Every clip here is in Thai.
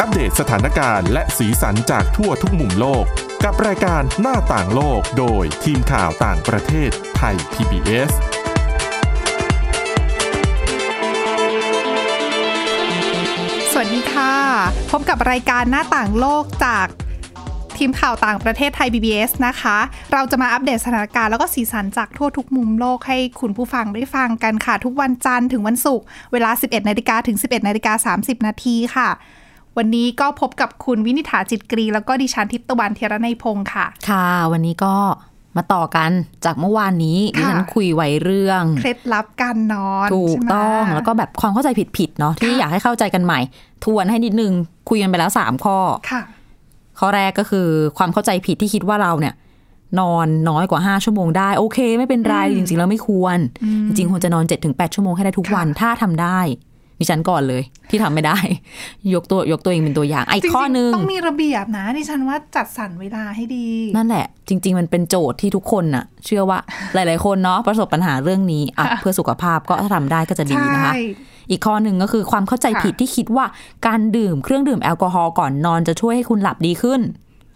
อัปเดตสถานการณ์และสีสันจากทั่วทุกมุมโลก กับรายการหน้าต่างโลกโดยทีมข่าวต่างประเทศไทย PBS สวัสดีค่ะ พบกับรายการหน้าต่างโลกจากทีมข่าวต่างประเทศไทย PBS นะคะ เราจะมาอัปเดตสถานการณ์แล้วก็สีสันจากทั่วทุกมุมโลกให้คุณผู้ฟังได้ฟังกันค่ะ ทุกวันจันทร์ถึงวันศุกร์เวลา 11นาฬิกาถึง 11นาฬิกา30 นาทีค่ะ วันนี้ก็พบกับคุณวินิษฐาจิตกรี แล้วก็ดิฉันทิพย์ตะวันเทยระในยพงค์ค่ะ ค่ะ วันนี้ก็มาต่อกันจากเมื่อวานนี้ ค่ะ ดิฉันคุยไว้เรื่อง เคล็ดลับการนอน ถูก ใช่ไหม ต้องแล้วก็แบบความเข้าใจผิดๆเนาะที่ ค่ะ อยากให้เข้าใจกันใหม่ ทวนให้นิดนึง คุยกันไปแล้วสามข้อ ค่ะ ข้อแรกก็คือความเข้าใจผิดที่คิดว่าเราเนี่ย นอนน้อยกว่า 5 ชั่วโมงได้โอเค ไม่เป็นไรจริงๆแล้วไม่ควร จริงๆควรจะนอน 7-8 ชั่วโมงให้ได้ทุกวัน ค่ะ ถ้าทำได้ดิฉันก่อนเลย ที่ทำไม่ได้ ยกตัวยกตัวเองเป็นตัวอย่างไอ้ จริงๆ ข้อหนึง ต้องมีระเบียบนะดิฉันว่าจัดสรรเวลาให้ดี นั่นแหละ จริง ๆ มันเป็นโจทย์ที่ทุกคนน่ะ เชื่อว่า หลาย ๆ คนเนาะประสบปัญหาเรื่องนี้อ่ะเพื่อสุขภาพก็ถ้าทำได้ก็จะดีนะคะ ใช่ อีกข้อหนึ่งก็คือความเข้าใจ ค่ะ ผิดที่คิดว่าการดื่มเครื่องดื่มแอลกอฮอล์ก่อนนอนจะช่วยให้คุณหลับดีขึ้น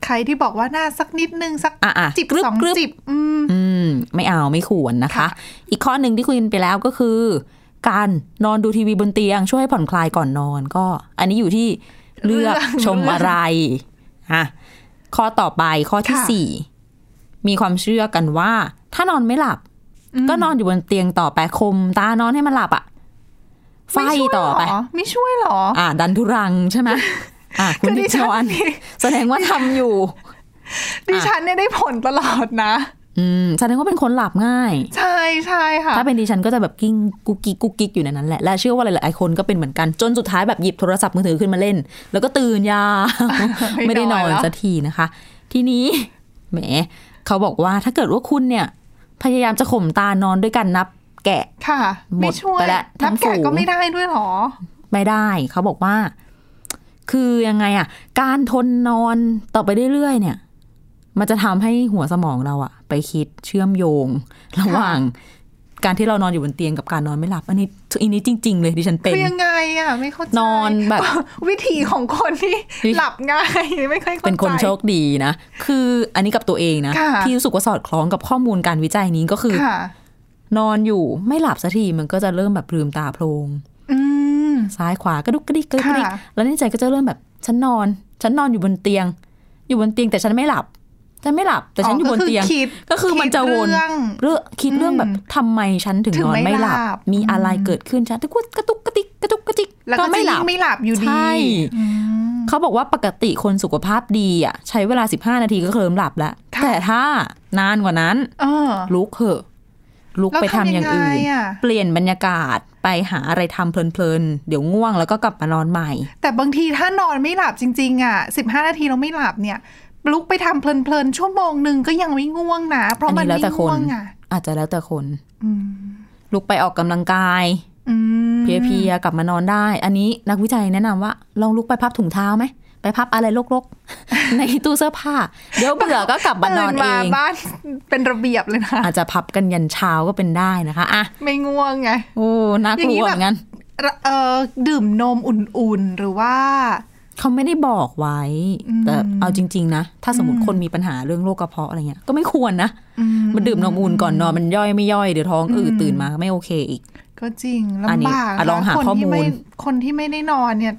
ใครที่บอกว่าหน้าสักนิดนึงสัก อ่ะๆ จิบ กรึบ สอง กรึบ จิบอืม อืม ไม่เอาไม่ควรนะคะ ค่ะ อีกข้อหนึ่งที่คุยกันไปแล้วก็คือ การนอนดูทีวีบนเตียง ช่วยให้ผ่อนคลายก่อนนอนก็ อันนี้อยู่ที่เลือกชมอะไรอ่ะข้อต่อไปข้อที่สี่มีความเชื่อกันว่า ถ้านอนไม่หลับ ก็นอนอยู่บนเตียงต่อไปคม ตานอนให้มันหลับอ่ะไฟ ม่ช่วย ต่อไป หรไม่ช่วยหรอ อ่า ดันทุรังใช่ไหมอ่าคุคืณอดิ ดิ ฉั ฉั น น นี่ แสดงว่าทำอยู่ ดิฉันเนี่ยได้ผลตลอดนะ อืมแสดงว่าเป็นคนหลับง่าย ใช่ใช่ค่ะ ถ้าเป็นดิฉันก็จะแบบกิ้งกุกกิกกุกกิกอยู่ในนั้นแหละและเชื่อว่าหลายๆคนก็เป็นเหมือนกันจนสุดท้ายแบบหยิบโทรศัพท์มือถือขึ้นมาเล่น แล้วก็ตื่นยาว ไม่ ไม่ ได้ ได้ นอนอนน เหรอ สักทีนะคะ ทีนี้ แหม เขาบอกว่าถ้าเกิดว่าคุณเนี่ย พยายามจะข่มตานอนด้วยกันนับ แกะ ค่ะ หม ไม่ ด ช่วย ไปละทั้ นับ ง แกะ ฝูง ก็ไม่ได้ด้วยหรอ ไม่ได้ เขาบอกว่า คือยังไงอะการทนนอนต่อไปเรื่อยๆเนี่ย มันจะทำให้หัวสมองเราอะไปคิดเชื่อมโยง ระหว่าง การที่เรานอนอยู่บนเตียงกับการนอนไม่หลับ อันนี้อันนี้จริง ๆ เลยดิฉันเป็น คือยังไงอ่ะ ไม่เข้าใจ นอนแบบ วิธีของคนที่หลับง่ายไม่ค่อยเข้าใจ เป็นคนโชคดีนะ คืออันนี้กับตัวเองนะ ค่ะ ที่รู้สึกว่าสอดคล้องกับข้อมูลการวิจัยนี้ก็คือ ค่ะ นอนอยู่ไม่หลับสักทีมันก็จะเริ่มแบบลืมตาโพลง อืม ซ้ายขวากระดุกกระดิกกระดุกกระดิก ค่ะ แล้วในใจก็จะเริ่มแบบฉันนอน ฉันนอนอยู่บนเตียง อยู่บนเตียงแต่ฉันไม่หลับ ฉันไม่หลับแต่ฉันอยู่บนเตียง ก็คือคิด ก็คือมันจะวคิดนเรื่อง เรื่องคิดเรื่องแบบทำไมฉันถึง ถึง นอน ไม่ ไม่หลับ หลับ มีอะไรเกิดขึ้นฉันตะกุกกระตุกกระติกกระตุกกระติก แล้วก็จะยิ่งไม่หลับอยู่ดี ใช่ อืม เขาบอกว่าปกติคนสุขภาพดีอ่ะ ใช้เวลา 15 นาทีก็เคลิ้มหลับแล้ว ค่ะ แต่ถ้านานกว่านั้น เออ ลุกเหอะ ลุก แล้ว ไปทำอย่างอื่น ทำยังไงอะ เปลี่ยนบรรยากาศไปหาอะไรทำเพลินๆ เดี๋ยวง่วงแล้วก็กลับมานอนใหม่ แต่บางทีถ้านอนไม่หลับจริง ๆ อ่ะ 15 นาทีเราไม่หลับเนี่ย ลุกไปทำเพลินๆ ชั่วโมงหนึ่งก็ยังไม่ง่วงนะ เพราะ อัน มัน นี้แล้ว ไม่ แต่คน ง่วงอ่ะ อาจจะแล้วแต่คน อืม ลุกไปออกกำลังกาย อืม เพลียๆกลับมานอนได้ อันนี้นักวิจัยแนะนำว่า ลองลุกไปพับถุงเท้าไหม ไปพับอะไรรกๆ ในตู้เสื้อผ้า เดี๋ยวเบื่อก็กลับมานอนเอ ตื่ ง บ้านเป็นระเบียบเลยนะ อาจจะพับกันยันเช้าก็เป็นได้นะคะอ่ะ ไม่ง่วงไง โอ้น่าก อย่าง ลั นี้ ว แบบ เหมือนกัน ระเออดื่มนมอุ่นๆ หรือว่า เขาไม่ได้บอกไว้ แต่เอาจริง ๆ นะ ถ้าสมมติคนมีปัญหาเรื่องโรคกระเพาะอะไรเงี้ยก็ไม่ควรนะ อืม มันดื่มนมอุ่นก่อนนอนมันย่อยไม่ย่อยเดี๋ยวท้องอืดตื่นมาไม่โอเคอีก ก็จริง อันนี้ ลำบาก อ่ะลองหา คน ข้อมู ที่ ล ไม่คนที่ไม่ได้นอนเนี่ย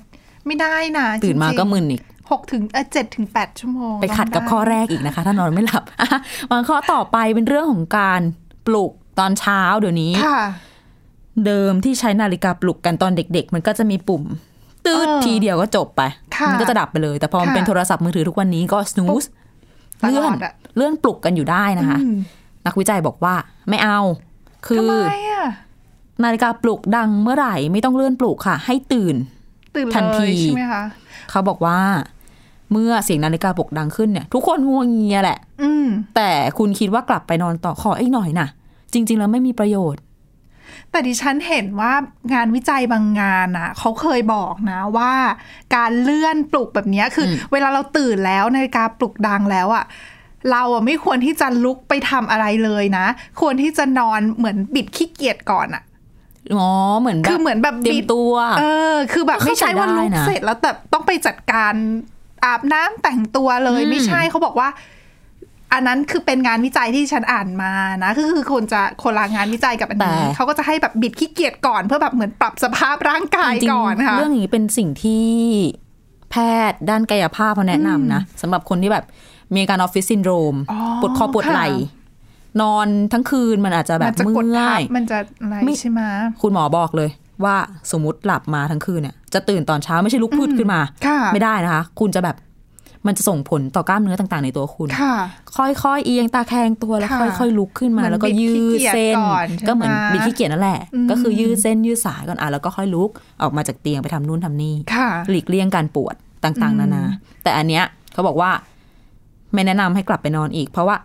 ไม่ได้นะ ตื่นมา จริงๆ ก็มึนอีก หกถึงเจ็ดถึงแปดชั่วโมง ไปขัดกับ ลง ข้อแรกอีกนะคะ ถ้านอนไม่หลับ อ่ะวางข้อต่อไปเป็นเรื่องของการปลุกตอนเช้าเดี๋ยวนี้ ค่ะ เดิมที่ใช้นาฬิกาปลุกกันตอนเด็ก ๆ มันก็จะมีปุ่ม ตืด เออ ทีเดียวก็จบไป ค่ะ มัก็จะดับไปเลย แต่พอมัน ค่ะ เป็นโทรศัพท์มือถือทุกวันนี้ก็ snooze ปลุกต เลื่ ล อ อน ดอะ เลื่อนปลุกกันอยู่ได้นะคะ นักวิจัยบอกว่าไม่เอา คื ทำ อ ไมอ่ะ นาฬิกาปลุกดังเมื่อไหร่ไม่ต้องเลื่อนปลุกค่ะ ให้ตื่น ตื่นเล ทันที ยใช่ไหมคะ เขาบอกว่า เมื่อเสียงนาฬิกาปลุกดังขึ้นเนี่ย ทุกคนง่วงเงียแหละ อืม แต่คุณคิดว่ากลับไปนอนต่อขออีกหน่อยนะจริง ๆ แล้วไม่มีประโยชน์ แต่ดิฉันเห็นว่างานวิจัยบางงานอ่ะเขาเคยบอกนะว่า การเลื่อนปลุกแบบเนี้ยคืออเวลาเราตื่นแล้วนาฬิกาปลุกดังแล้วอ่ะเราอ่ะไม่ควรที่จะลุกไปทำอะไรเลยนะ ควรที่จะนอนเหมือนบิดขี้เกียจก่อนอ่ะ อ๋อเหมือนแบ คือบ เหมือนแบบ เตรียดมตัว เออ คือแบบไม่ใช่ว่าลุก เข้าใจได้นะ เสร็จแล้วแต่ต้องไปจัดการอาบน้ำแต่งตัวเลย อืม ไม่ใช่เขาบอกว่า อันนั้นคือเป็นงานวิจัยที่ฉันอ่านมานะคือคือคนจะคนละงานวิจัยกับอันนี้เขาก็จะให้แบบบิดขี้เกียจก่อนเพื่อแบบเหมือนปรับสภาพร่างกาย จริงๆ ก่อนค่ะ เรื่องอย่างนี้เป็นสิ่งที่แพทย์ด้านกายภาพเขาแนะนำนะสำหรับคนที่แบบมีอาการออฟฟิศซินโดรม อ๋อ ปวดคอปวดไหล่ ค่ นอนทั้งคืนมันอาจจะแบ มั บ จะกด เมื่อ ทับ ย มันจะอะไร ไม่ ใช่ไหม คุณหมอบอกเลย ว่าสมมติหลับมาทั้งคืนเนี่ยจะตื่นตอนเช้าไม่ใช่ลุกพืดขึ้นมา ค่ะ ไม่ได้นะคะ คุณจะแบบมันจะส่งผลต่อกล้ามเนื้อต่างๆ ในตัวคุณ ค่ะ ค่อยๆ เอียงตาแคงตัวแล้ว ค่ะ ค่อยๆ ลุกขึ้นมา เหมือน แล้วก็ บิด ยื ขี้ ด เกียจ เส้น ก่อนใช่ไหม ก็เหมือนบิดขี้เกียจนั่นแหละ อืม ก็คือยืดเส้นยืดสายก่อนอ่ะแล้วก็ค่อยลุกออกมาจากเตียงไปทำนู่นทำนี่ ค่ะ หลีกเลี่ยงการปวดต่างๆ นานา แต่อันเนี้ยเขาบอกว่าไม่แนะนำให้กลับไปนอนอีก เพราะว่า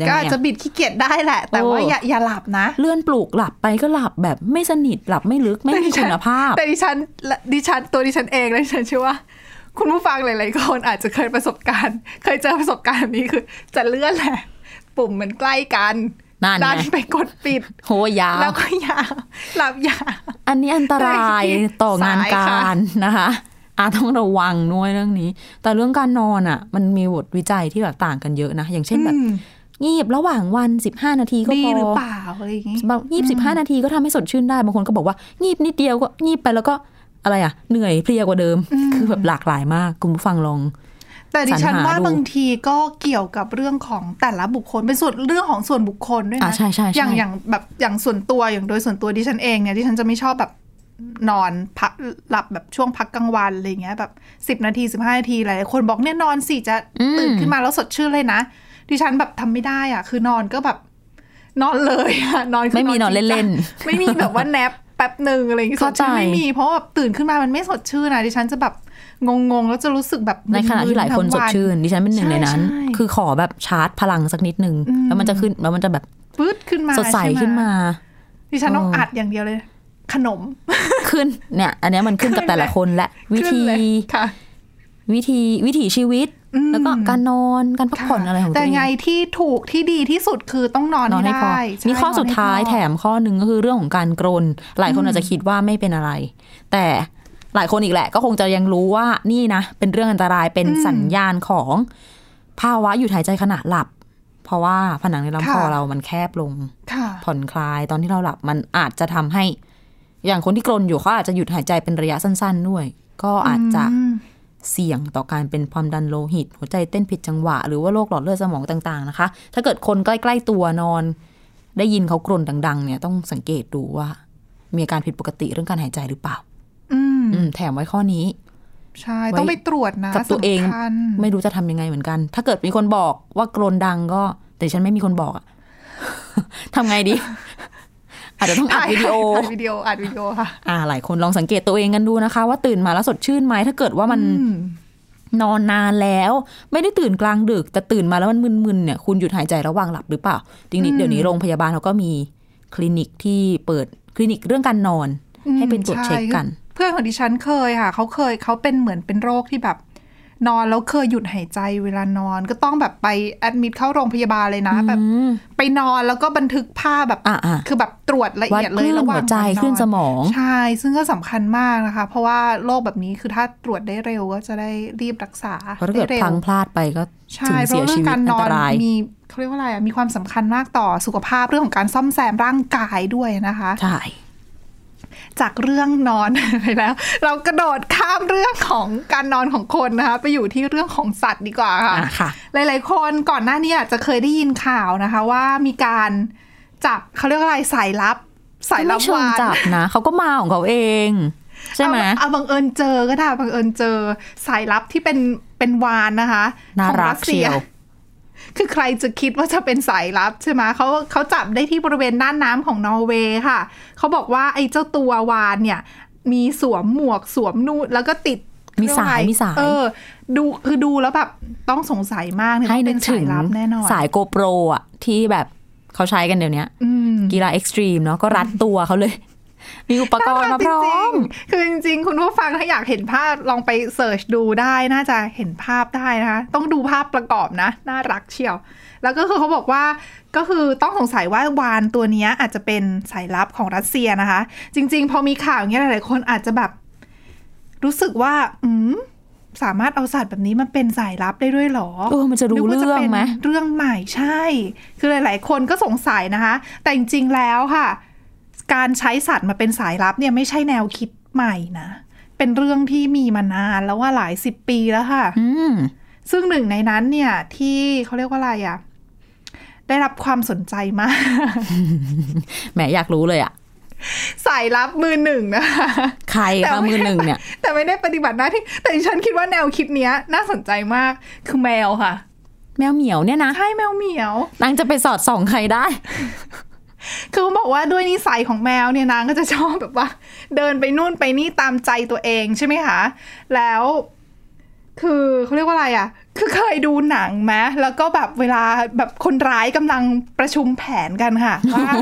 ยัง ก็ ไง อาจจะ อะ บิดขี้เกียจได้แหละ แต่ โอ้ ว่าอย่าอย่าหลับนะ เลื่อนปลูกหลับไปก็หลับแบบไม่สนิทหลับไม่ลึกไม่มีคุณภาพ แต่ดิฉันและดิฉันตัวดิฉันเองและดิฉันเชื่อว่า คุณผู้ฟังหลายๆคนอาจจะเคยประสบการณ์ เคยเจอประสบการณ์แบบนี้คือ จะเลื่อนแหละ ปุ่มมันใกล้กัน นั่นไง ดันไปกดปิด โหยาว แล้วก็ยาวหลับยาว อันนี้อันตราย ได้ที่ ต่องาน สาย กา ค่ะ รนะคะอาต้องระวังด้วยเรื่องนี้ แต่เรื่องการนอนอ่ะ มันมีบทวิจัยที่แบบต่างกันเยอะนะ อย่างเช่นแบบ อืม งีบระหว่างวัน 15 นาทีก็ ดี พอ หรือเปล่าอะไรอย่างงี้ บางงีบสิบห้านาทีก็ทำให้สดชื่นได้บางคนก็บอกว่างีบนิดเดียวก็งีบไปแล้วก็อะไรอ่ะ เหนื่อยเพลียกว่าเดิม อืม คือแบบหลากหลายมากคุณผู้ฟังลอง แต่ดิฉัน สรรหา ว่า ดู บางทีก็เกี่ยวกับเรื่องของแต่ละบุคคลเป็นส่วนเรื่องของส่วนบุคคลด้วย อ่า นะ ใช่ใช่ใช่ อย่างอย่างแบบอย่างส่วนตัวอย่างโดยส่วนตัวดิฉันเองเนี่ยดิฉันจะไม่ชอบแบบนอนพักหลับแบบช่วงพักกลางวันอะไรเงี้ยแบบสิบนาทีสิบห้านาทีหลายคนบอกเนี่ยนอนสิจะตื่นขึ้นมาแล้วสดชื่นเลยนะดิฉันแบบทำไม่ได้อ่ะ คือนอนก็แบบนอนเลยอะนอนคื ไม่มีนอน จริงๆ เล่น ไม่มีแบบว่าแนปแป๊บหนึ่งอะไรอย่างงี้ส เข้า ดชื่น ใจ ไม่มีเพราะว่าแบบตื่นขึ้นมามันไม่สดชื่นนะดิฉันจะแบบงงๆแล้วจะรู้สึกแบบ ๆ ในขณะที่หลายคน มึๆ ส ทั้ง ด วั ชื่นดิฉันเป็นหนึ่งในนั้น ใช่ใช่ คือขอแบบชาร์จพลังสักนิดนึง อืม แล้วมันจะขึ้นแล้วมันจะแบบ ปื๊ดขึ้นมา สดใส ช่ไห ขึ้นมา ดิฉันต้อง เอออั อัดอย่างเดียวเลย ขนม ขึ้นเนี่ย อันเนี้ยมันขึ้นกับ ขึ้น แต่ละ เลย คนและวิ ขึ้น ธี เลยค่ะ วิธีวิถีชีวิต อืม แล้วก็การนอนการพักผ่อนอะไรของ แต่ ตัวเอง ไงที่ถูกที่ดีที่สุดคือต้องนอน นอนให้พอ ได้ใช่ มีข้อสุดท้าย นอนให้พอ แถมข้อหนึ่งก็คือเรื่องของการกรน หลายคนอาจจะคิดว่าไม่เป็นอะไร แต่หลายคนอีกแหละ ก็คงจะยังรู้ว่านี่นะ เป็นเรื่องอันตรายเป็นสัญญาณของภาวะหยุดหายใจขณะหลับ เพราะว่าผนังในลำคอเรามันแคบลง ค่ะ ผ่อนคลายตอนที่เราหลับมันอาจจะทำให้ อย่างคนที่กรนอยู่เขาอาจจะหยุดหายใจเป็นระยะสั้น ๆ ด้วย ก็อาจจะ อืม เสี่ยงต่อการเป็นความดันโลหิต หัวใจเต้นผิดจังหวะ หรือว่าโรคหลอดเลือดสมองต่าง ๆ นะคะ ถ้าเกิดคนใกล้ ๆ ตัวนอน ได้ยินเขากรนดัง ๆ เนี่ยต้องสังเกตดูว่า มีอาการผิดปกติเรื่องการหายใจหรือเปล่า อืม อืมแถมไว้ข้อนี้ ใช่ ต้องไปตรวจนะ กับตัวเอง สำคัญ ไม่รู้จะทำยังไงเหมือนกัน ถ้าเกิดมีคนบอกว่ากรนดังก็ แต่ฉันไม่มีคนบอกอะ ทำไงดี อาจจะต้องอัดวิดีโอ ถ่ายอัดวิดีโออัดวิดีโอค่ะ อ่าหลายคนลองสังเกตตัวเองกันดูนะคะ ว่าตื่นมาแล้วสดชื่นไหมถ้าเกิดว่ามัน อืม นอนนานแล้ว ไม่ได้ตื่นกลางดึก แต่ตื่นมาแล้วมันมึนๆเนี่ยคุณหยุดหายใจระหว่างหลับหรือเปล่าจริงๆเดี๋ยวนี้โรงพยาบาลเขาก็มีคลินิกที่เปิดคลินิกเรื่องการนอน ให้เป็นตรวจเช็คกัน ใช่เพื่อนของดิฉันเคยค่ะ เขาเคยเขาเป็นเหมือนเป็นโรคที่แบบ นอนแล้วเคยหยุดหายใจเวลานอนก็ต้องแบบไปแอดมิดเข้าโรงพยาบาลเลยนะแบบ อืม ไปนอนแล้วก็บันทึกภาพแบบ อ่าอ่า คือแบบตรวจละ วัด เอียด ค เลย ลื่น ระหว่า หั ง วใจ ก่อนนอน คลื่นสมอง ใช่ซึ่งก็สำคัญมากนะคะ เพราะว่าโรคแบบนี้คือถ้าตรวจได้เร็วก็จะได้รีบรักษา เพราะถ้า ได้ เกิด เร็ พ ว ลังพลาดไปก็ ใช่ ถึง เพ เสีย ราะเรื่ ชี อง วิต การน อัน อ ต น ราย มีเขาเรียกว่าอะไรอะมีความสำคัญมากต่อสุขภาพเรื่องของการซ่อมแซมร่างกายด้วยนะคะ ใช่ จากเรื่องนอน ไปแล้ว เรากระโดดข้ามเรื่องของการนอนของคนนะคะไปอยู่ที่เรื่องของสัตว์ดีกว่าค่ะ อ่ะค่ะ หลาย ๆ คนก่อนหน้านี้อาจจะเคยได้ยินข่าวนะคะ ว่ามีการจับเขาเรียกว่าอะไรสายลับ สายลับ ไม่เชิ วาง น จับนะเขาก็มาของเขาเอง ใช่ไหม เอาเอาบังเอิญเจอก็ได้บังเอิญเจอสายลับที่เป็นเป็นวานนะคะ น่า ของ รัก สซี เชียว คือใครจะคิดว่าจะเป็นสายลับใช่ไหมเขาเขาจับได้ที่บริเวณด้านน้ำของนอร์เวย์ค่ะเขาบอกว่าไอ้เจ้าตัววานเนี่ย มีสวมหมวกสวมนูดแล้วก็ติด มีสายมีสาย เออ ดูคือดูแล้วแบบต้องสงสัยมากเนี่ย ให้ ว่า นึ เป็ ก น ถึ สาย ง ลับแน่นอน สายโกโปรอ่ะ ที่แบบเขาใช้กันเดี๋ยวนี้ อืม กีฬาเอ็กซ์ตรีมเนาะก็รัดตัวเขาเลย มีอุปกรณ์มาพร้อม น่าทานจริงๆคือจริงๆ คุณผู้ฟังถ้าอยากเห็นภาพลองไปเสิร์ชดูได้น่าจะเห็นภาพได้นะคะ ต้องดูภาพประกอบนะ น่ารักเชียว แล้วก็คือเขาบอกว่าก็คือต้องสงสัยว่าวานตัวเนี้ยอาจจะเป็นสายลับของรัสเซียนะคะ จริงๆ พอมีข่าวอย่างเงี้ยหลายๆคนอาจจะแบบ รู้สึกว่า อืมสามารถเอาสัตว์แบบนี้มาเป็นสายลับได้ด้วยเหรอ เออมันจะรู้ นึกว่า เรื่องไหม เป็นเรื่องใหม่ใช่ คือหลาย ๆ คนก็สงสัยนะคะ แต่จริง ๆ แล้วค่ะ การใช้สัตว์มาเป็นสายลับเนี่ยไม่ใช่แนวคิดใหม่นะ เป็นเรื่องที่มีมานานแล้วว่าหลายสิบปีแล้วค่ะ อืม ซึ่งหนึ่งในนั้นเนี่ยที่เขาเรียกว่าอะไรอะ่ะ ได้รับความสนใจมาก แหมอยากรู้เลยอะ สายลับมือหนึ่งนะคะ ใคร แต่ คะ ไม่ มือหนึ่งเนี่ย แต่ไม่ได้ปฏิบัติหน้าที่ แต่ดิฉันคิดว่าแนวคิดเนี้ย น่าสนใจมาก คือแมวค่ะ แมวเหมียวเนี่ยนะ ใช่แมวเหมียว นางจะไปสอดส่องใครได้ คือเขาบอกว่าด้วยนิสัยของแมวเนี่ยนางก็จะชอบแบบว่า เดินไปนู่นไปนี่ตามใจตัวเองใช่ไหมคะ แล้ว คือเขาเรียกว่าอะไรอะ่ะ คือเคยดูหนังไหมแล้วก็แบบเวลาแบบคนร้ายกำลังประชุมแผนกันค่ะว่า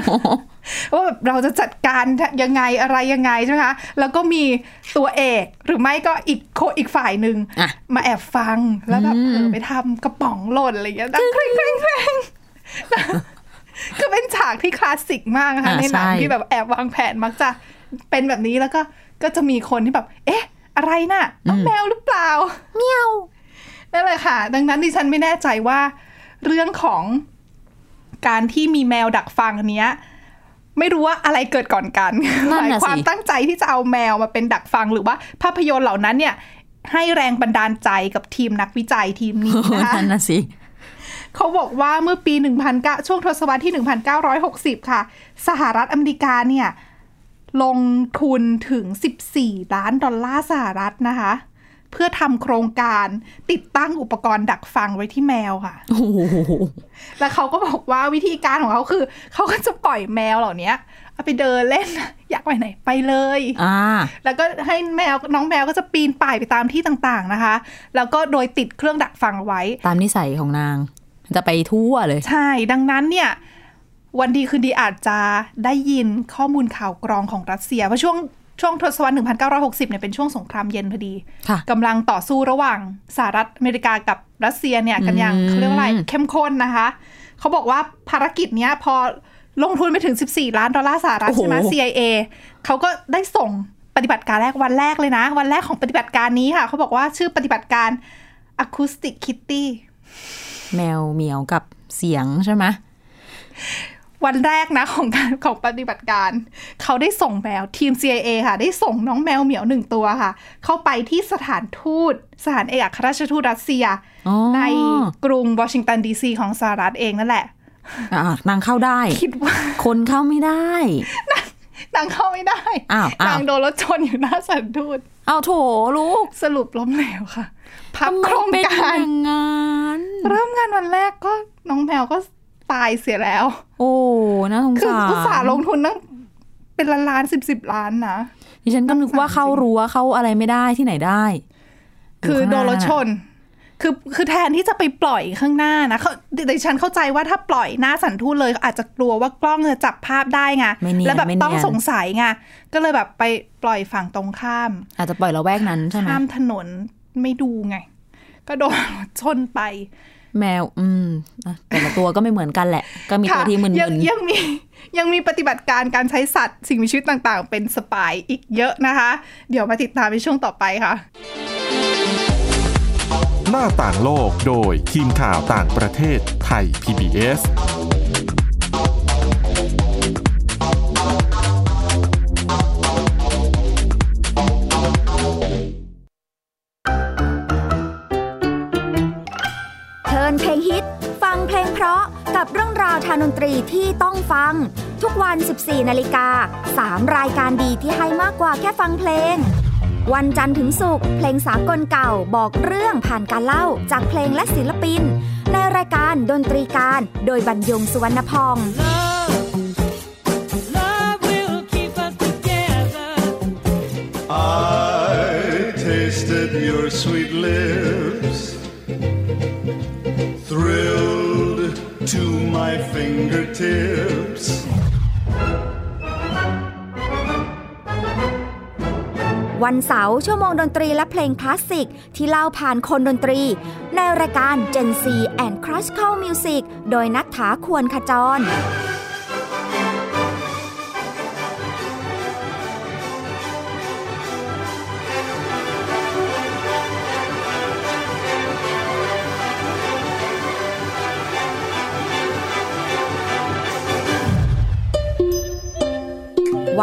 ว่าแบบเราจะจัดการยังไงอะไรยังไงใช่ไหมคะ แล้วก็มีตัวเอกหรือไม่ก็อีกโคอีกฝ่ายหนึ่ง อ่ะ มาแอบฟังแล้วแบบเออไปทำกระป๋องหล่นอะไรอย่างเงี้ยดังคริงคริงคริง ก็เป็นฉากที่คลาสสิกมากนะคะ อ่ะ ในหนัง ใช่ ที่แบบแอบวางแผนมักจะเป็นแบบนี้แล้วก็ก็จะมีคนที่แบบ เอ๊ะ อะไรน่ะเอ้าแมวหรือเปล่า เมียว นั่นแหละค่ะ ดังนั้นดิฉันไม่แน่ใจว่า เรื่องของการที่มีแมวดักฟังอันเนี้ย ไม่รู้ว่าอะไรเกิดก่อนกัน นั่ ห น มาย น่ะ ความ สิ ตั้งใจที่จะเอาแมวมาเป็นดักฟังหรือว่าภาพยนตร์เหล่านั้นเนี่ย ให้แรงบันดาลใจกับทีมนักวิจัยทีมนี้นะคะ นั่นน่ะสิ เขาบอกว่าเมื่อปี 1900 ช่วงทศวรรษที่ 1960 ค่ะ สหรัฐอเมริกาเนี่ย ลงทุนถึง 14 ล้านดอลลาร์สหรัฐนะคะ เพื่อทำโครงการติดตั้งอุปกรณ์ดักฟังไว้ที่แมวค่ะ โอ้โห แล้วเขาก็บอกว่าวิธีการของเขาคือ เขาก็จะปล่อยแมวเหล่านี้เอาไปเดินเล่น อยากไปไหนไปเลย อ่า แล้วก็ให้แมวน้องแมวก็จะปีนป่ายไปตามที่ต่างๆนะคะ แล้วก็โดยติดเครื่องดักฟังเอาไว้ ตามนิสัยของนาง จะไปทั่วเลย ใช่ ดังนั้นเนี่ย วันดีคืนดีอาจจะได้ยินข้อมูลข่าวกรองของรัสเซีย ว่าช่วงช่วงทศวรรษ 1960 เนี่ยเป็นช่วงสงครามเย็นพอดี ค่ะ กำลังต่อสู้ระหว่างสหรัฐอเมริกากับรัสเซียเนี่ยกันอย่าง อืม เขาเรียกว่าอะไรเข้มข้นนะคะ เขาบอกว่าภารกิจเนี้ยพอลงทุนไปถึง 14 ล้านดอลลาร์สหรัฐใช่ไหม CIA เขาก็ได้ส่งปฏิบัติการแรกวันแรกเลยนะ วันแรกของปฏิบัติการนี้ค่ะเขาบอกว่าชื่อปฏิบัติการ Acoustic Kitty แมวเหมียวกับเสียงใช่ไหม วันแรกนะของการของปฏิบัติการ เขาได้ส่งแมวทีม CIA ค่ะ ได้ส่งน้องแมวเหมียวหนึ่งตัวค่ะ เข้าไปที่สถานทูต สถานเอกอัครราชทูตรัสเซีย อ๋อ ในกรุงวอชิงตันดีซีของสหรัฐเองนั่นแหละ อ่านางเข้าได้ คิดว่า คนเข้าไม่ได้ นางเข้าไม่ได้ อ้าวอ้าว นางโดนรถชนอยู่หน้าสถานทูต เอาโถลูก สรุปล้มเหลวค่ะ พับโครง ทำไมเป็น การ อย่างนั้น เริ่มงานวันแรกก็น้องแมวก็ตายเสียแล้ว โอ้น่าสง คืออุสารตส่าห์ลงทุนตั้งเป็นล้านล้านสิบสิบล้านนะ ดิฉันก็นึกว่าเข้ารั้วเข้าอะไรไม่ได้ที่ไหนได้ คือโดนรถช น น คือ คือแทนที่จะไปปล่อยข้างหน้านะเขาดิฉันเข้าใจว่าถ้าปล่อยหน้าสันทูตเลยอาจจะกลัวว่ากล้องจะจับภาพได้ไง ไม่เนียน แล้วแบบ ไม่เนียน ต้องสงสัยไง ก็เลยแบบไปปล่อยฝั่งตรงข้าม อาจจะปล่อยเราแวกนั้นใช่ไหม ข้ามถนนไม่ดูไง ก็โดนรถชนไป แมว อืมอ่ะแต่ละตัวก็ไม่เหมือนกันแหละ ก็มีตัวที่มึน ยัง ๆ ยังมี ยังมีปฏิบัติการการใช้สัตว์สิ่งมีชีวิตต่างๆ เป็นสปายอีกเยอะนะคะ เดี๋ยวมาติดตามในช่วงต่อไปค่ะ หน้าต่างโลกโดยทีมข่าวต่างประเทศไทย PBS เทิร์นเพลงฮิต ฟังเพลงเพราะกับเรื่องราวทางดนตรีที่ต้องฟัง ทุกวัน 14 นาฬิกา 3 รายการดีที่ให้มากกว่าแค่ฟังเพลง วันจันทร์ถึงศุกร์เพลงสากลเก่าบอกเรื่องผ่านการเล่าจากเพลงและศิลปิน ในรายการดนตรีการโดยบรรยงสุวรรณพองษ์ Love will keep us together. I tasted your sweet lips, thrilled to my fingertips. วันเสาร์ชั่วโมงดนตรีและเพลงคลาสสิก ที่เล่าผ่านคนดนตรี ในรายการ Gen C and Classical Music โดยนัทถาควรขจร ว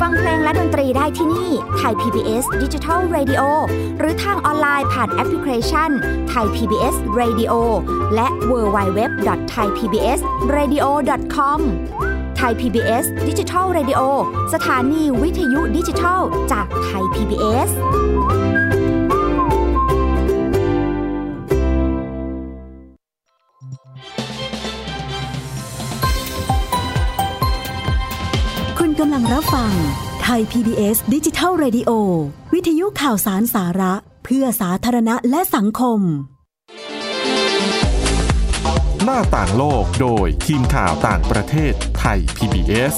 ฟังเพลงและดนตรีได้ที่นี่ไทย PBS Digital Radio หรือทางออนไลน์ผ่านแอปพลิเคชันไทย PBS Radio และ w w w t h a i p b s r a d i o c o m ไทย PBS Digital Radio สถานีวิทยุดิจิทัลจากไทย PBS คุณกำลังรับฟังไทย PBS ดิจิทัล Radio วิทยุข่าวสารสาระ เพื่อสาธารณะและสังคม หน้าต่างโลกโดยทีมข่าวต่างประเทศไทย PBS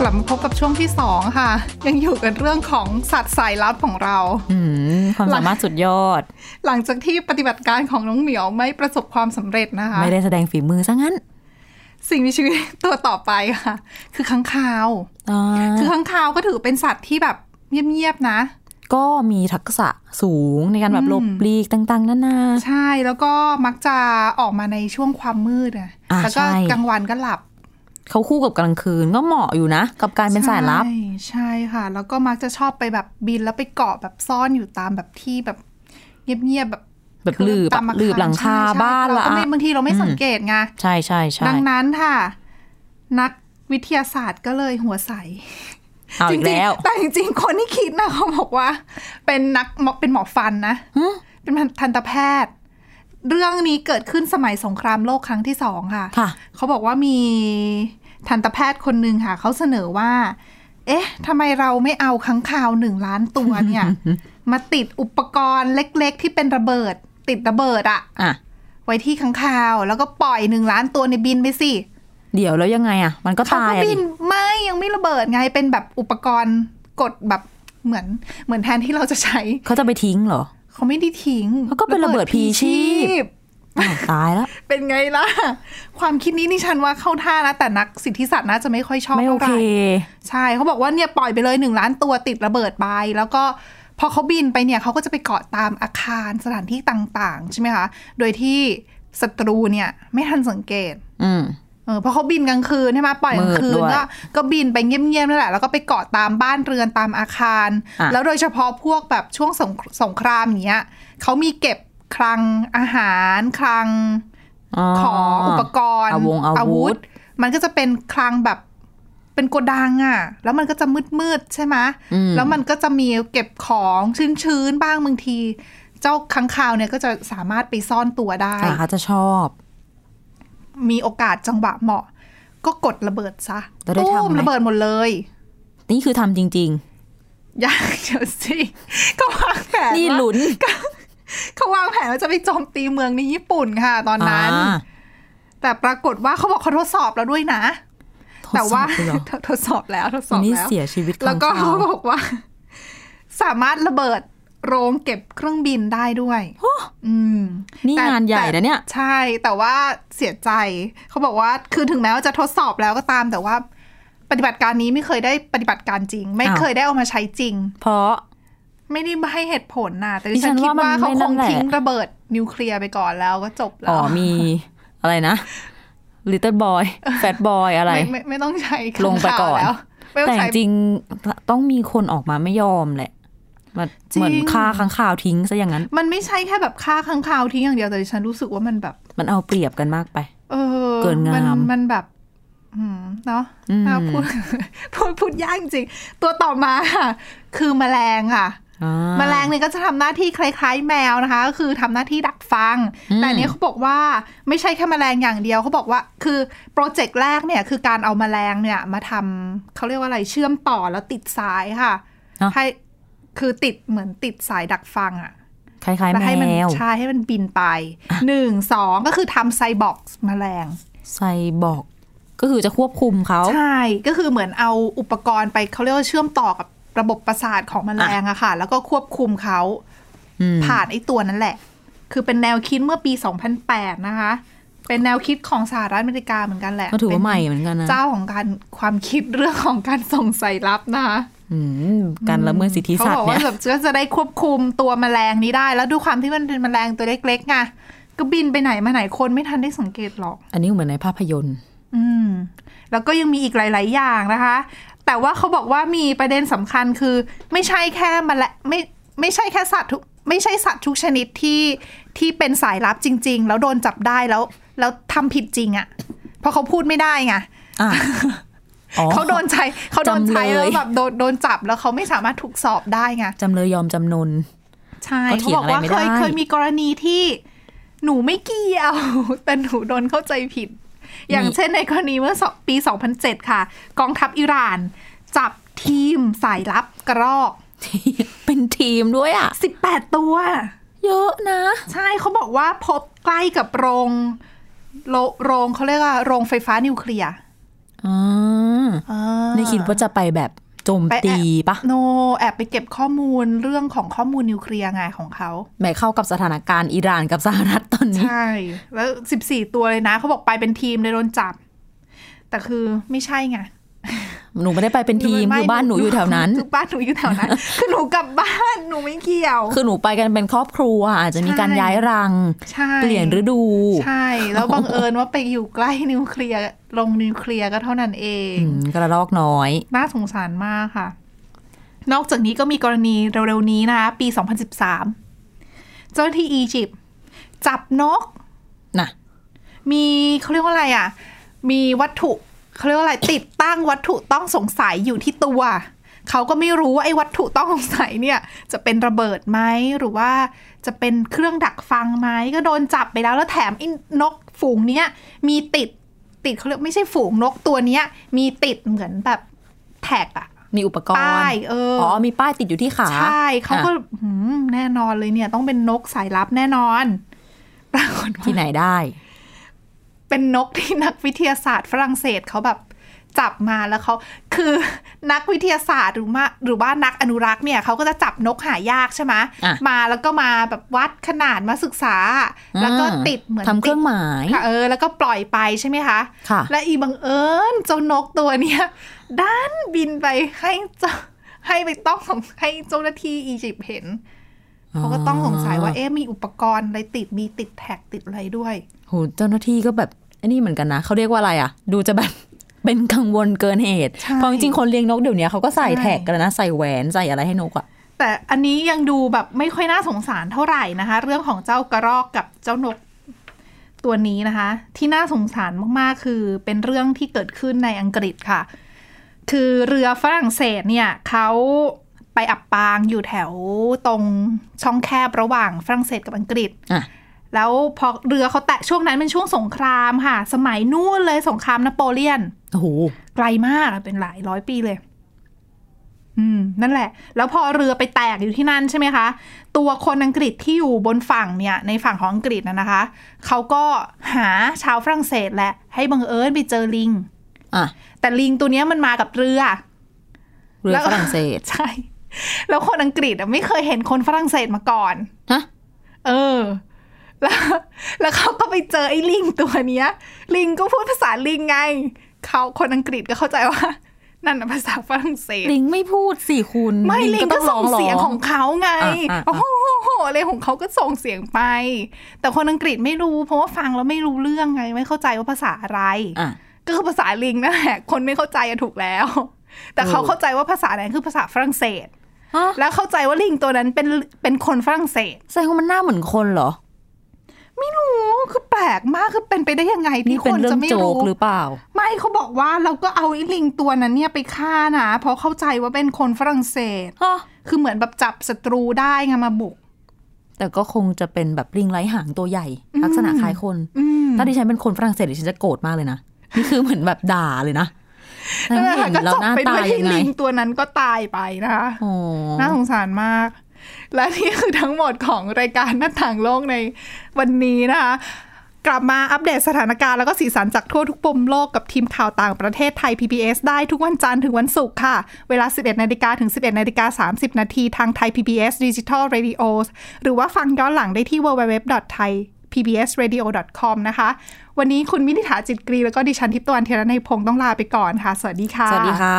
กลับมาพบกับช่วงที่ 2 ค่ะ ยังอยู่กันเรื่องของสัตว์สายลับของเรา อืมความสามารถสุดยอด หลังจากที่ปฏิบัติการของน้องเหมียวไม่ประสบความสำเร็จนะคะ ไม่ได้แสดงฝีมือซะงั้น สิ่งมีชีวิตตัวต่อไปค่ะ คือค้างคาว อ่า คือค้างคาวก็ถือเป็นสัตว์ที่แบบเงียบๆนะ ก็มีทักษะสูงในการแบบหลบหลีกต่างๆนานา ใช่แล้วก็มักจะออกมาในช่วงความมืดอะ อ่า แล้วก็ ใช่ กลางวันก็หลับ เขาคู่กับกลางคืนก็เหมาะอยู่นะ กับการเป็นสายลับ ใช่ใช่ค่ะ แล้วก็มักจะชอบไปแบบบินแล้วไปเกาะแบบซ่อนอยู่ตามแบบที่แบบเงียบๆแบบ แบบหลืบ ตามอาคาร หลืบหลังคา ใช่ใช่ บ้าน เรา ละ ก็ไม่ อะ บางทีเราไม่ อืม สังเกตไง ใช่ใช่ใช่ ดังนั้นค่ะ นักวิทยาศาสตร์ก็เลยหัวใส เอาอีกแล้ว จริงๆแต่จริงๆ คนที่คิดนะเขาบอกว่า เป็นนักหมอเป็นหมอฟันนะ ฮะ เป็นทันตแพทย์ เรื่องนี้เกิดขึ้นสมัยสงครามโลกครั้งที่สองค่ะ ค่ะ เขาบอกว่ามีทันตแพทย์คนหนึ่งค่ะ เขาเสนอว่า เอ๊ะทำไมเราไม่เอาค้างคาวหนึ่งล้านตัว เนี่ย มาติดอุปกรณ์เล็กๆ ที่เป็นระเบิด ติดระเบิดอะ อ่ะ ไว้ที่ค้างคาว แล้วก็ปล่อยหนึ่งล้านตัวในยบินไปสิ เดี๋ยวแล้วยังไงอ่ะ มันก็ เขา ตา ก็ ยอะ บิ ดิ นไม่ยังไม่ระเบิดไงเป็นแบบอุปกรณ์กดแบบเหมือนเหมือนแทนที่เราจะใช้ เขาจะไปทิ้งเหรอ เขาไม่ได้ทิ้ง เขาก็เป็นระเบิดพลีชีพ อ้าวตายแล้ว เป็นไงล่ะ ความคิดนี้นี่ฉันว่าเข้าท่านะแต่นักสิทธิสัตว์น่าจะไม่ค่อยชอบ ไม่โอ เท่าไห เค ร่ใช่เขาบอกว่าเนี่ยปล่อยไปเลยหนึ่งล้านตัวติดระเบิดไปแล้วก็พอเขาบินไปเนี่ยเขาก็จะไปเกาะตามอาคารสถานที่ต่างๆใช่ไหมคะโดยที่ศัตรูเนี่ยไม่ทันสังเกต อืม เออเพราะเขาบินกลางคืนใช่ไหมปล่อยกลางคื มืดด้ น วย ก็ก็บินไปเงียบๆนั่นแหละแล้วก็ไปเกาะตามบ้านเรือนตามอาคาร อ่ะ แล้วโดยเฉพาะพวกแบบช่วงสงสงครามอย่างเงี้ยเขามีเก็บคลังอาหารคลังของอุปกรณ์ อาวงอาวุธ มันก็จะเป็นคลังแบบเป็นโกดังอะ่ะ แล้วมันก็จะมืดๆใช่ไหม อืม แล้วมันก็จะมีเก็บของชื้นๆบ้างบางที เจ้าค้างคาวเนี่ยก็จะสามารถไปซ่อนตัวได้ อ่ะเขาจะชอบ มีโอกาสจังหวะเหมาะ ก็กดระเบิดซะ แล้วได้ทำ ม ไหม ระเบิดหมดเลย นี่คือทำจริง อยากเดี๋ยวสิเขาวางแผน ๆ นี่หลุน เขาวางแผนว่าจะไปโจมตีเมืองในญี่ปุ่นค่ะ ตอนนั้น อ่า แต่ปรากฏว่าเขาบอกเขาทดสอบแล้วด้วยนะ ทดสอบ แต่ว่า ด้วยเหรอ ทดสอบแล้วทดส วั อน บ นี้ แล้ว เสียชีวิต แล้วก็ ครั้ เขา งคราว บอกว่า สามารถระเบิดโรงเก็บเครื่องบินได้ด้วยอืม นี่ แต่ งานใหญ่ แต่ นะเนี่ย ใช่แต่ว่าเสียใจเขาบอกว่าคือถึงแม้ว่าจะทดสอบแล้วก็ตาม แต่ว่าปฏิบัติการนี้ไม่เคยได้ปฏิบัติการจริง ไม่ อ้าว เคยได้เอามาใช้จริง เพราะ ไม่ได้ให้เหตุผลนะแต่ ดิ ดิ ฉั ฉั น นคิด ว่ามัน ว่าเขา ไม่ ค นั่ ง นแหละ ทิ้งระเบิดนิวเคลียร์ไปก่อนแล้วก็จบแล้ อ๋อ ว มีอะไรนะ little boy fat boy อะไร ไม่ไม่ไม่ต้องใช้ ลงไปก่อน ข่าวแล้วไม่ต้อ แต่ ง จ ใช้ ริงๆต้องมีคนออกมาไม่ยอมแหละมัน จริง เหมือนฆ่าค้างคาวทิ้งซะอย่างนั้น มันไม่ใช่แค่แบบฆ่าค้างคาวทิ้งอย่างเดียวแต่ดิฉันรู้สึกว่ามันแบบ มันเอาเปรียบกันมากไป เออ เกินงาม นมันแบบ อืมเนาะ อืม น่าพูด พูดพูดยากจริงๆตัวต่อมาค่ะ คือแมลงค่ะ อ่า แมลงเนี่ยก็จะทำหน้าที่คล้าย ๆ แมวนะคะ ก็คือทำหน้าที่ดักฟัง อืม แต่อันนี้เขาบอกว่าไม่ใช่แค่แมลงอย่างเดียวเขาบอกว่าคือโปรเจกต์แรกเนี่ยคือการเอาแมลงเนี่ยมาทำเขาเรียกว่าอะไรเชื่อมต่อแล้วติดสายค่ะ เนอะ ให้คือติดเหมือนติดสายดักฟังอะ คล้ายๆ แล้วให้มั แมว ใช่ให้มันบินไปหนึ่งสองก็คือทำไซบอร์กแมลง ไซบอร์กก็คือจะควบคุมเขา ใช่ก็คือเหมือนเอาอุปกรณ์ไปเขาเรียกว่าเชื่อมต่อกับระบบประสาทของแมลงอะค่ะ แล้วก็ควบคุมเขา อืม ผ่านไอ้ตัวนั้นแหละ คือเป็นแนวคิดเมื่อปี 2008 นะคะ เป็นแนวคิดของสหรัฐอเมริกาเหมือนกันแหละ ก็ถือ เป็ ว่าน ใหม่เหมือนกันนะ เจ้าของการความคิดเรื่องของการส่งสายลับนะคะ อืมการละเมิดสิทธิ เขา สัต บอ ว์ ก เนี่ ว่าย แบบก็จะได้ควบคุมตัวแมลงนี้ได้ แล้วด้วยความที่มันเป็นแมลงตัวเล็กๆไงก็บินไปไหนมาไหนคนไม่ทันได้สังเกตหรอก อันนี้เหมือนในภาพยนตร์ อืม แล้วก็ยังมีอีกหลาย ๆ อย่างนะคะ แต่ว่าเขาบอกว่ามีประเด็นสำคัญคือ ไม่ใช่แค่แมลงไม่ไม่ใช่แค่สัตว์ทุกไม่ใช่สัตว์ทุกชนิดที่ที่เป็นสายลับจริง ๆ แล้วโดนจับได้แล้วแล้วทำผิดจริงอะ่ะ เพราะเขาพูดไม่ได้ไง อ่ะ อ๋อ เขาโดนใช้เขาโดนใช้ จำเลย แล้วแบบโดนโดนจับแล้วเขาไม่สามารถถูกสอบได้ไง จำเลยยอมจำนน ใช่ ก็เถี เขา ยง บอกว่า อะไรไม่ เคย ได้ เคยมีกรณีที่หนูไม่เกี่ยว แต่หนูโดนเข้าใจผิด อย่างเช่นในกรณีเมื่อสองปี 2007 ค่ะ กองทัพอิหร่าน จับทีมสายลับกระรอก เป็นทีมด้วยอ่ะ 18 ตัว เยอะนะ ใช่เขาบอกว่าพบใกล้กับโรงโรโรงเขาเรียกว่าโรงไฟฟ้านิวเคลียร์ อ๋อนี่คิดว่าจะไปแบบโจม ไปแอบ ตีปะ โนแอบไปเก็บข้อมูลเรื่องของข้อมูลนิวเคลียร์ไงของเขา แหมเข้ากับสถานการณ์อิหร่านกับสหรัฐตอนนี้ ใช่ แล้วสิบสี่ตัวเลยนะ เขาบอกไปเป็นทีมเลยโดนจับ แต่คือไม่ใช่ไง หนูไม่ได้ไปเป็นทีม ไ คือบ้านหนูอยู่แถวนั้น คือบ้านหนูอยู่แถวนั้น คือหนูกลับบ้านหนูไม่เกี่ยว คือหนูไปกันเป็นครอบครัว อาจจะมีการ ใช่ ย้ายรัง ใช่ เปลี่ยนฤดู ใช่ แล้วบังเอิญว่าไปอยู่ใกล้นิวเคลียร์ลงนิวเคลียร์ก็เท่านั้นเอง อืมกระรอกน้อย น่าสงสารมากค่ะ นอกจากนี้ก็มีกรณีเร็วๆนี้นะคะปี 2013 เจ้าหน้าที่อียิปต์จับนก น่ะ มีเขาเรียกว่าอะไรอ่ะ มีวัตถุเขาเรียกว่าอะไร ติดตั้งวัตถุต้องสงสัยอยู่ที่ตัว เขาก็ไม่รู้ว่าไอ้วัตถุต้องสงสัยเนี่ย จะเป็นระเบิดไหมหรือว่าจะเป็นเครื่องดักฟังไหมก็โดนจับไปแล้วแล้วแถมไอ้นกฝูงเนี้ยมีติดติดเขาเรียกไม่ใช่ฝูงนกตัวเนี้ย มีติดเหมือนแบบแท็กอะ มีอุปกรณ์ ป้ายเอออ๋ อมีป้ายติดอยู่ที่ขา ใช่เขาก็ อ่ะ หืมแน่นอนเลยเนี่ย ต้องเป็นนกสายลับแน่นอนปรากฏว่า ที่ไหนได้ เป็นนกที่นักวิทยาศาสตร์ฝรั่งเศสเขาแบบจับมาแล้วเขาคือนักวิทยาศาสตร์หรือมาหรือว่านักอนุรักษ์เนี่ยเขาก็จะจับนกหายากใช่ไหม อ่ะ มาแล้วก็มาแบบวัดขนาดมาศึกษา แล้วก็ติดเหมือน ทำเครื่องหมาย ติดค่ะเออ แล้วก็ปล่อยไปใช่ไหมคะ ค่ะ และอีบังเอิญเจ้านกตัวเนี้ยด้านบินไปให้เจ้า ให้ไปต้องสงให้เจ้าหน้าที่อียิปต์เห็นเขาก็ต้องสงสัยว่าเอ๊ะมีอุปกรณ์อะไรติดมีติดแท็กติดอะไรด้วย โหเจ้าหน้าที่ก็แบบอันนี้เหมือนกันนะเขาเรียกว่าอะไรอ่ะ ดูจะแบบ เป็นกังวลเกินเหตุ ใช่ เพราะจริงๆคนเลี้ยงนกเดี๋ยวนี้เขาก็ใส่ ใช่ แท็กกันแล้วนะ ใส่แหวนใส่อะไรให้นกอ่ะ แต่อันนี้ยังดูแบบไม่ค่อยน่าสงสารเท่าไหร่นะคะ เรื่องของเจ้ากระรอกกับเจ้านกตัวนี้นะคะ ที่น่าสงสารมากๆ คือเป็นเรื่องที่เกิดขึ้นในอังกฤษค่ะ คือเรือฝรั่งเศสเนี่ยเขาไปอับปางอยู่แถวตรงช่องแคบระหว่างฝรั่งเศสกับอังกฤษ อ่ะ แล้วพอเรือเขาแตะช่วงนั้นเป็นช่วงสงครามค่ะ สมัยนู่นเลยสงครามนโปเลียน โอ้โห ไกลมากอะเป็นหลายร้อยปีเลย อืม นั่นแหละ แล้วพอเรือไปแตกอยู่ที่นั่นใช่ไหมคะ ตัวคนอังกฤษที่อยู่บนฝั่งเนี่ย ในฝั่งของอังกฤษนะนะคะ เขาก็หาชาวฝรั่งเศสแหละ ให้บังเอิญไปเจอลิง อ่ะ แต่ลิงตัวเนี้ยมันมากับเรือ เรือ แล้ว ฝรั่งเศส ใช่ แล้วคนอังกฤษอะไม่เคยเห็นคนฝรั่งเศสมาก่อน ฮะ เออ แล้ว แล้วเขาก็ไปเจอไอ้ลิงตัวเนี้ย ลิงก็พูดภาษาลิงไง เขาคนอังกฤษก็เข้าใจว่า นั่นน่ะภาษาฝรั่งเศส ลิงไม่พูดสิคุณ ไม่ลิงก็ส่งเสียง ร้ ของเขาไง อ่ะโอ้อ่ะอ่ะโหโอ้โหอะไรของเขาก็ส่งเสียงไป แต่คนอังกฤษไม่รู้ เพราะว่าฟังแล้วไม่รู้เรื่องไง ไม่เข้าใจว่าภาษาอะไร อ่ะ ก็คือภาษาลิงนั่นแหละ คนไม่เข้าใจอะถูกแล้ว แต่เขา เออ เข้าใจว่าภาษานั้นคือภาษาฝรั่งเศส ฮะ แล้วเข้าใจว่าลิงตัวนั้นเป็นเป็นคนฝรั่งเศส แสดงว่ามันหน้าเหมือนคนเหรอ ไม่รู้คือแปลกมากคือเป็นไปได้ยังไงที่นี่ค เป็น น เรื่อ จะ ง ไม่ โจ รู้ กหรือเปล่า ไม่เขาบอกว่าเราก็เอาไอ้ลิงตัวนั้นเนี่ยไปฆ่านะ เพราะเข้าใจว่าเป็นคนฝรั่งเศส ฮะ คือเหมือนแบบจับศัตรูได้ไงมาบุก แต่ก็คงจะเป็นแบบลิงไร้หางตัวใหญ่ ลักษณะคล้ายคน อืม ถ้าดิฉันเป็นคนฝรั่งเศสดิฉันจะโกรธมากเลยนะ นี่คือเหมือนแบบด่าเลยนะ นั่นแหละค่ะ เห็น ก็ แล้ว จบ หน้า ไปด้ ตา วย ยั ที่ งไง ลิงตัวนั้นก็ตายไปนะคะ โอ้ น่าสงสารมาก และนี่คือทั้งหมดของรายการหน้าต่างโลกในวันนี้นะคะ กลับมาอัปเดตสถานการณ์แล้วก็สีสันจากทั่วทุกปุ่มโลกกับทีมข่าวต่างประเทศไทย PBS ได้ทุกวันจันทร์ถึงวันศุกร์ค่ะ เวลา 11นาฬิกาถึง 11นาฬิกา30 นาทีทางไทย PBS Digital Radio หรือว่าฟังย้อนหลังได้ที่ www.thaipbsradio.com นะคะ วันนี้คุณมินิถาจิตกรี แล้วก็ดิฉันทิพย์ตะวันเทระในยพงศ์ต้องลาไปก่อนค่ะ สวัสดีค่ะ สวัสดีค่ะ